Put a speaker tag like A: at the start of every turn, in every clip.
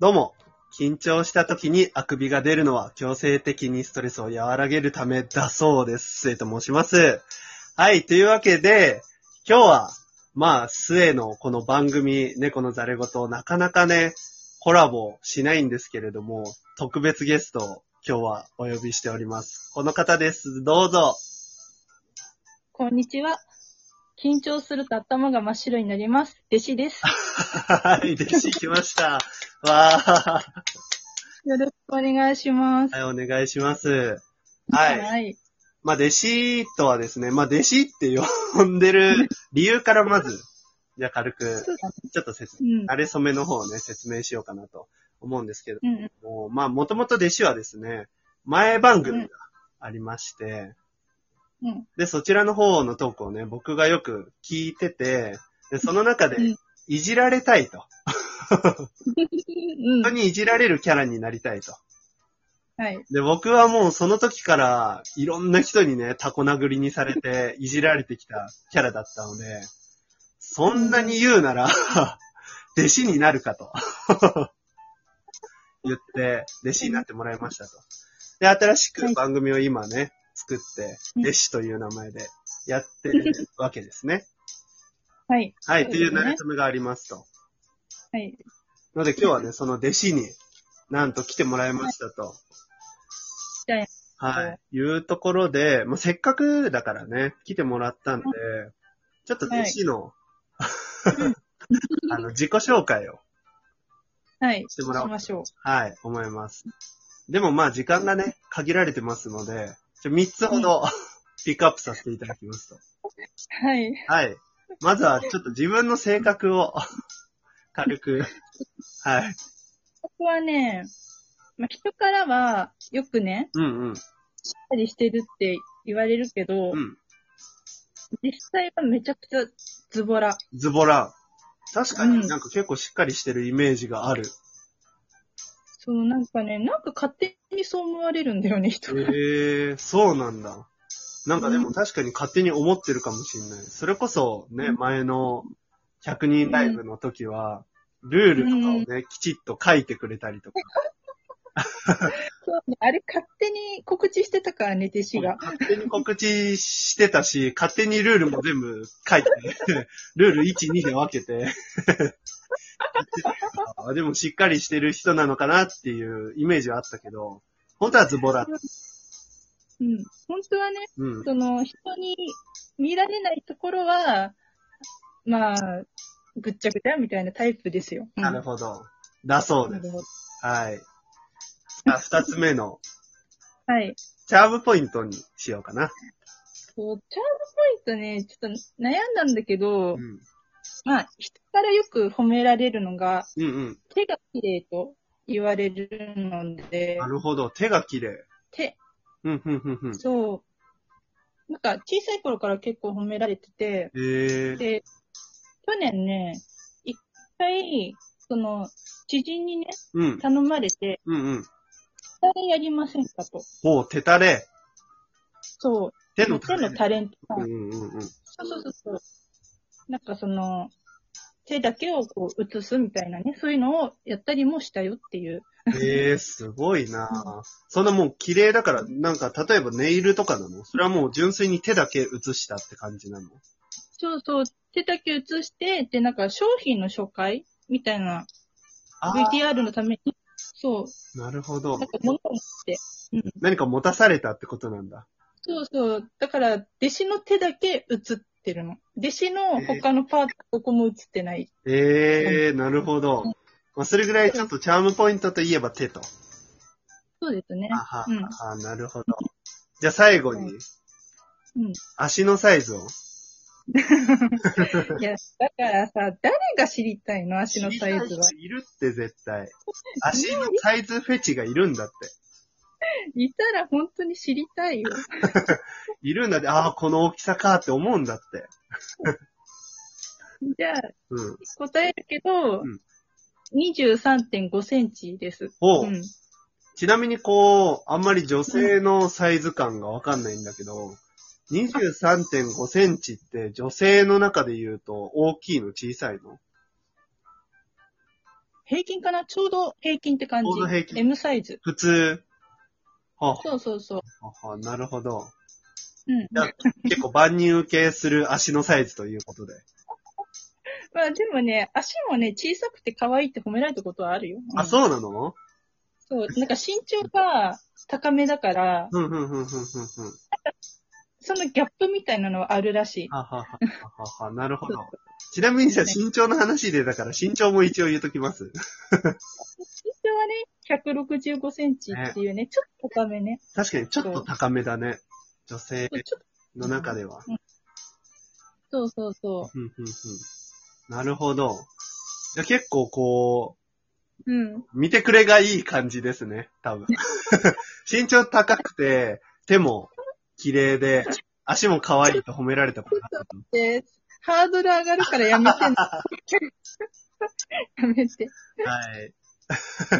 A: どうも。緊張した時にあくびが出るのは強制的にストレスを和らげるためだそうです。末と申します。はい。というわけで、今日は、まあ、末のこの番組、猫のざれ言、なかなかね、コラボしないんですけれども、特別ゲストを今日はお呼びしております。この方です。どうぞ。
B: こんにちは。緊張すると頭が真っ白になります。弟子です。
A: はい。弟子来ました。わー。
B: よろしくお願いします。
A: はい、お願いします。はい。
B: はい。
A: まあ、弟子とはですね、まあ、弟子って呼んでる理由からまず、じゃあ軽く、ちょっと説
B: う
A: 明、
B: ん。
A: あれ染めの方をね、説明しようかなと思うんですけど
B: うんうん。
A: も、まあ、もともと弟子はですね、前番組がありまして、
B: うん。
A: で、そちらの方のトークをね、僕がよく聞いてて、で、その中で
B: うん、
A: いじられたいと。
B: うん。
A: 本当にいじられるキャラになりたいと。
B: はい。
A: で、僕はもうその時から、いろんな人にね、タコ殴りにされて、いじられてきたキャラだったので、そんなに言うなら、 弟子になるかと。 言って、弟子になってもらいましたと。で、新しく番組を今ね、作って、
B: うん
A: 弟子という名前でやってるわけですね。
B: はい。
A: はい、
B: そう
A: と
B: です
A: い
B: ね
A: う馴れ初めがありますと。
B: はい。
A: ので今日はね、その弟子になんと来てもらいましたと。
B: はい
A: はい。いうところで、まあ、せっかくだからね、来てもらったんで、ちょっと弟子の、 あの、自己紹介を
B: はい。
A: してもらおう
B: しましょう。
A: はい、思います。でもまあ、時間がね、限られてますので、ちょ3つほどピックアップさせていただきますと。
B: はい。
A: はい。まずは、ちょっと自分の性格を軽く、はい。
B: 僕はね、まあ、人からは、よくね、
A: うんうん。
B: しっかりしてるって言われるけど、
A: うん。
B: 実際はめちゃくちゃズボラ。
A: ズボラ。確か
B: う
A: に
B: ん
A: なんか結構しっかりしてるイメージがある。
B: そのなんかね、なんか勝手にそう思われるんだよね、人
A: へえ
B: が。
A: ー、そうなんだ。なんかでも確かに勝手に思ってるかもしれない。それこそね、
B: うん
A: 前の100人ライブの時は、ルールとかをね、きちっと書いてくれたりとか、
B: そうねあれ勝手に告知してたからね、弟子が。
A: 勝手に告知してたし、勝手にルールも全部書いて、 ルール1、2で分けて。あでもしっかりしてる人なのかなっていうイメージはあったけど、本当はズボラ。
B: うん。本当はね、
A: うん。
B: その人に見られないところは、まあ、ぐっちゃぐちゃみたいなタイプですよ。
A: なる
B: ほ
A: ほど。だそうです。はい。あ、二つ目の、
B: はい。
A: チャームポイントにしようかな。
B: そうチャームポイントね、ちょっと悩んだんだけど、
A: うん。
B: まあ、人からよく褒められるのが、
A: うんうん。
B: 手が綺麗と言われるので
A: な、るほど。手が綺麗。
B: 手、
A: うん、うん、うん、うん。
B: そう、なんか小さい頃から結構褒められてて、
A: ええ
B: で、去年ね、一回、その、知人にね、
A: うん。
B: 頼まれて、
A: うん、うん。
B: タレやりませんかと。
A: ほう、手たれ。
B: そう。
A: 手の
B: 手
A: 垂
B: の
A: れ。
B: タレントさ。
A: うんん、うん、うん。
B: そうそうそうそう。なんかその、手だけをこう映すみたいなね、そういうのをやったりもしたよっていう。
A: ええすごいなそんなもう綺麗だから、なんか、例えばネイルとかなのそれはもう純粋に手だけ写したって感じなの
B: そうそう。手だけ映して、で、なんか商品の紹介みたいな
A: ああ、
B: VTR のために、そ
A: なるほど
B: う。なん。か物を持って。
A: 何か持たされたってことなんだ。
B: そうそう。だから、弟子の手だけ映ってるの。弟子の他のパート、ここも映ってない。
A: ええなるほど。まあ、それぐらいちょっとチャームポイントといえば手と。
B: そうですね
A: あ。は、
B: うん
A: あなるほど。じゃあ最後に、
B: うん。
A: 足のサイズを。
B: いや、だからさ、誰が知りたいの足のサイズは。
A: いるって絶対。足のサイズフェチがいるんだって。
B: いたら本当に知り たいよ。
A: いるんだって、ああ、この大きさかって思うんだって。
B: じゃあ、
A: うん。
B: 答えるけど、
A: うん
B: 23.5センチです。
A: ほう
B: うん。
A: ちなみにこう、あんまり女性のサイズ感がわかんないんだけど、23.5センチって女性の中で言うと大きいの小さいの
B: 平均かなちょうど平均って感じ。
A: ちょうど平均
B: M サイズ。
A: 普通。はあ
B: そうそうそう。
A: はあはあ、なるほど。
B: うん。
A: じゃあ結構万人受けする足のサイズということで。
B: まあでもね、足もね、小さくて可愛いって褒められたことはあるよ。
A: あ、
B: うん
A: そうなの
B: そう。なんか身長が高めだから、
A: うん、うん、うん、うん、うん。うん
B: そのギャップみたいなのはあるらしい。
A: ははははは、なるほど。ちなみにじゃあ身長の話で、だから身長も一応言うときます。
B: 身長はね、165センチっていうね、ちょっと高めね。
A: 確かにちょっと高めだね。女性
B: そうちょっと
A: の中では。
B: そうそうそ
A: うん、うん、うん。なるほど。じゃあ結構こ
B: う。うん。
A: う、見てくれがいい感じですね、多分。 身長高くて、手も綺麗で、足も可愛いと褒められたことがある
B: で、ハードル上がるからやめて。 やめて。
A: はい。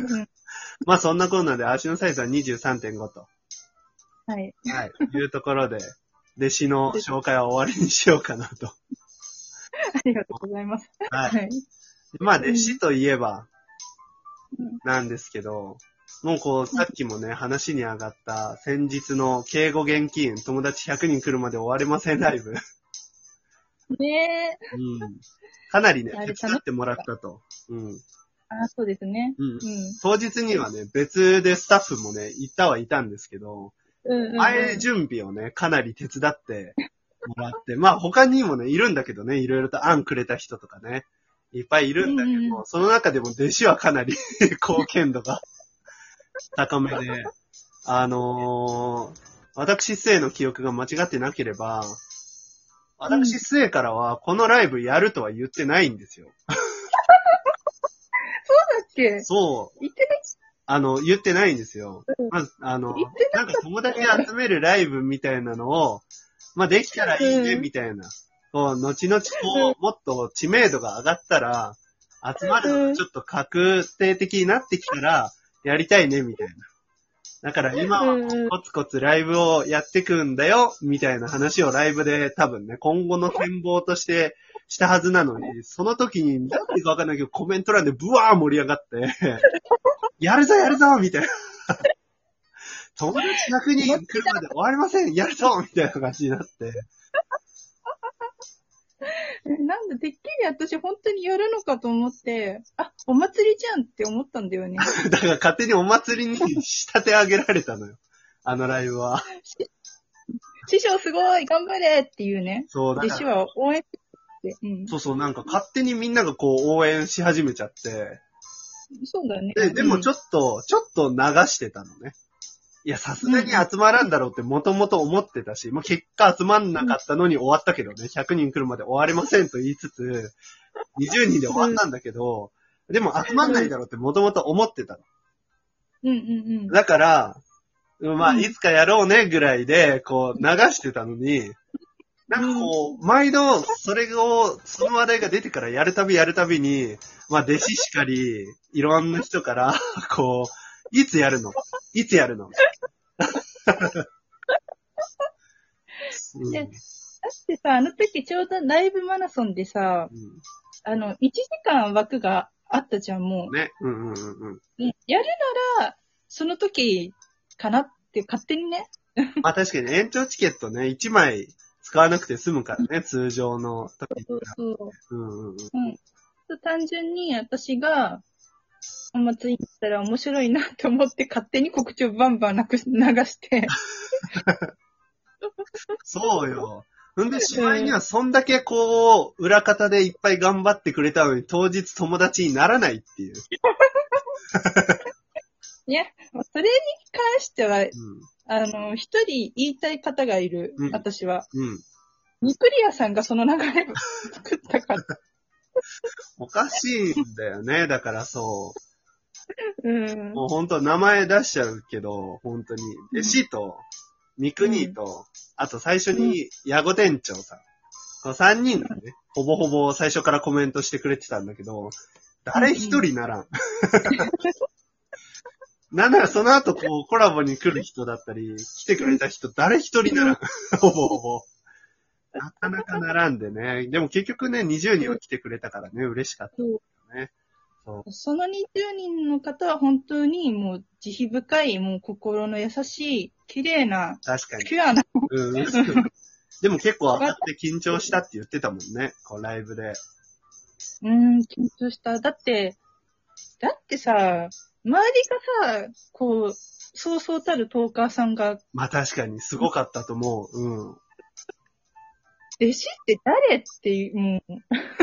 B: うん
A: まあそんなこんなで足のサイズは23.5と。
B: はい。
A: はい。いうところで、弟子の紹介は終わりにしようかなと。
B: ありがとうございます。
A: はい。
B: はい。
A: まあ、弟子といえば
B: うん、
A: なんですけど、もうこう、さっきもね、話に上がった、先日の敬語現金、友達100人来るまで終われませんライブ。うん。
B: ねえ。
A: かなりね、
B: あれ
A: 手伝ってもらったと。うん。うん。
B: あ、そうですね。うん。
A: 当日にはね、別でスタッフもね、行ったはいたんですけど、
B: うんうんうん。
A: 前準備をね、かなり手伝ってもらって、まあ他にもね、いるんだけどね、いろいろと案くれた人とかね、いっぱいいるんだけど、
B: うんうんうん
A: その中でも弟子はかなり 貢献度が 高めで、あのー私末の記憶が間違ってなければ、私末からはこのライブやるとは言ってないんですよ。
B: だっけ
A: そう。
B: 言ってない
A: あの、言ってないんですよ
B: うん。
A: まず、あの
B: 言って、
A: なんか友達集めるライブみたいなのを、まあ、できたらいいうね、
B: ん
A: みたいな。こう、後々、
B: う
A: こう、もっと知名度が上がったら、集まるのがちょっと確定的になってきたら、やりたいね、みたいな。だから今は
B: うん
A: コツコツライブをやってくんだよ、みたいな話をライブで多分ね、今後の展望としてしたはずなのに、その時に、なんでかわかんないけど、コメント欄でブワー盛り上がって、 やるぞやるぞみたいな。友達100人来るまで終わりませんやるぞみたいな感じになって。
B: なんだ、てっきり私本当にやるのかと思って、あ、お祭りじゃんって思ったんだ よね。
A: だから勝手にお祭りに仕立て上げられたのよ。あのライブは。
B: 師匠すごい頑張れっていうね。
A: そう、だ
B: 弟
A: か
B: 子
A: ら。
B: は応援して、うん。
A: そうそう、なんか勝手にみんながこう応援し始めちゃって。
B: そうだね。
A: で、でもち
B: ょっ
A: ょっと、ちょっと流してたのね。いや、さすがに集まらんだろうってもともと思ってたし、まあ、結果集まんなかったのに終わったけどね、100人来るまで終わりませんと言いつつ、20人で終わったんだけど、でも集まんないだろうってもともと思ってたの。
B: と。うんうんうん。
A: だから、うんまあ、
B: うん
A: いつかやろうねぐらいで、こう、流してたのに、なんかこう、毎度、それを、その話題が出てからやるたびやるたびに、まあ、弟子しかり、いろんな人から、こう、いつやるのいつやるのうん
B: でだってさ、あの時ちょうどライブマラソンでさ、
A: う
B: あの、1時間枠があったじゃん、も
A: んね。うんうんうんうん。
B: う。うんやるなら、その時かなって勝手にね。
A: まあ確かに延長チケットね、1枚使わなくて済むからね、通常の時
B: そうそう。
A: うんうんうん。
B: 単純に私が、お祭り行ったら面白いなと思って勝手に告知をバンバンなくし 流して。
A: そうよ。ほんで、しまいには、そんだけこう、裏方でいっぱい頑張ってくれたのに、当日友達にならないっていう。
B: いや、それに関しては、あの、一人言いたい方がいる、
A: うん
B: 私は。
A: うん。うん。
B: ニクリアさんがその流れを作ったから。
A: おかしいんだよね。だからそ
B: うん
A: う。。もうほんと名前出しちゃうけど、本当に。弟子と、三国と、あと最初に、矢後店長さん。この三人がね、ほぼほぼ最初からコメントしてくれてたんだけど、誰一人な らん。なんならその後こうコラボに来る人だったり、来てくれた人誰一人ならん、ほぼほぼ。なかなか並んでね。でも結局ね、20人は来てくれたからね、嬉しかった。
B: そうその20人の方は本当にもう慈悲深い、もう心の優しい、綺麗な、
A: 確かに。
B: ピュアな、
A: うん。でも結構上がって緊張したって言ってたもんね。こう、ライブで。
B: うーん、緊張した。だって、だってさ、周りがさ、こう、そうそうたるトーカーさんが、
A: まあ確かに、すごかったと思う。うん。
B: 弟子って誰っていう、もう、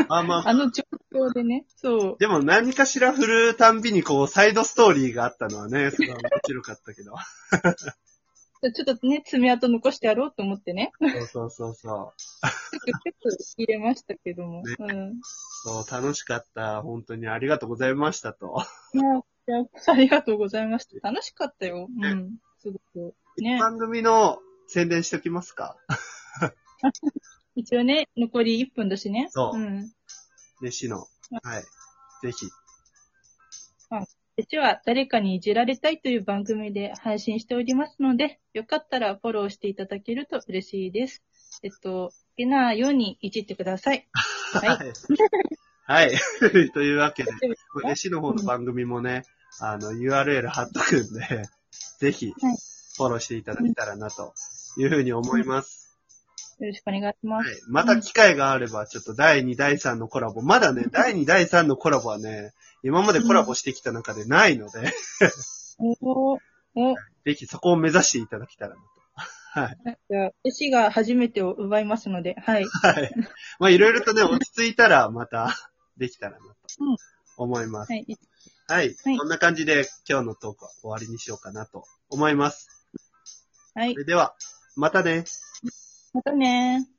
A: まあまあ、
B: あの状況でね、そう。
A: でも何かしら振るたんびにこう、サイドストーリーがあったのはね、それは面白かったけど。
B: ちょっとね、爪痕残してやろうと思ってね、
A: そうそうそうそう。
B: ちょっと入れましたけども。うん。
A: そう、楽しかった。本当にありがとうございましたと。
B: いや、いやありがとうございました。楽しかったよ。うん。すごく。ね。
A: 番組の宣伝しときますか。
B: 一応ね、残り1分だしね。
A: そう
B: うん。
A: 飯の。はい。ぜひ。。
B: 私は誰かにいじられたいという番組で配信しておりますので、よかったらフォローしていただけると嬉しいです。えっと、好きなようにいじってください。はい
A: はい。 というわけで、飯の方の番組もね、あの、URL 貼っとくんで、 ぜひ、フォローしていただけたらな、というふうに思います。
B: よろしくお願いしま
A: はい
B: す。。
A: また機会があれば、ちょっと第2、第3のコラボ、まだね、第2、第3のコラボはね、今までコラボしてきた中でないので、
B: おーお、
A: ぜひそこを目指していただけたらなと。はい。
B: じゃあ、弟子が初めてを奪いますので、はい。
A: はい。まあ、いろいろとね、落ち着いたら、また、 できたらなと
B: うん、
A: 思います。
B: はい。
A: はい。
B: はい
A: こんな感じで、今日のトークは終わりにしようかなと思います。
B: はい
A: そ。れでは、またね。
B: またねー。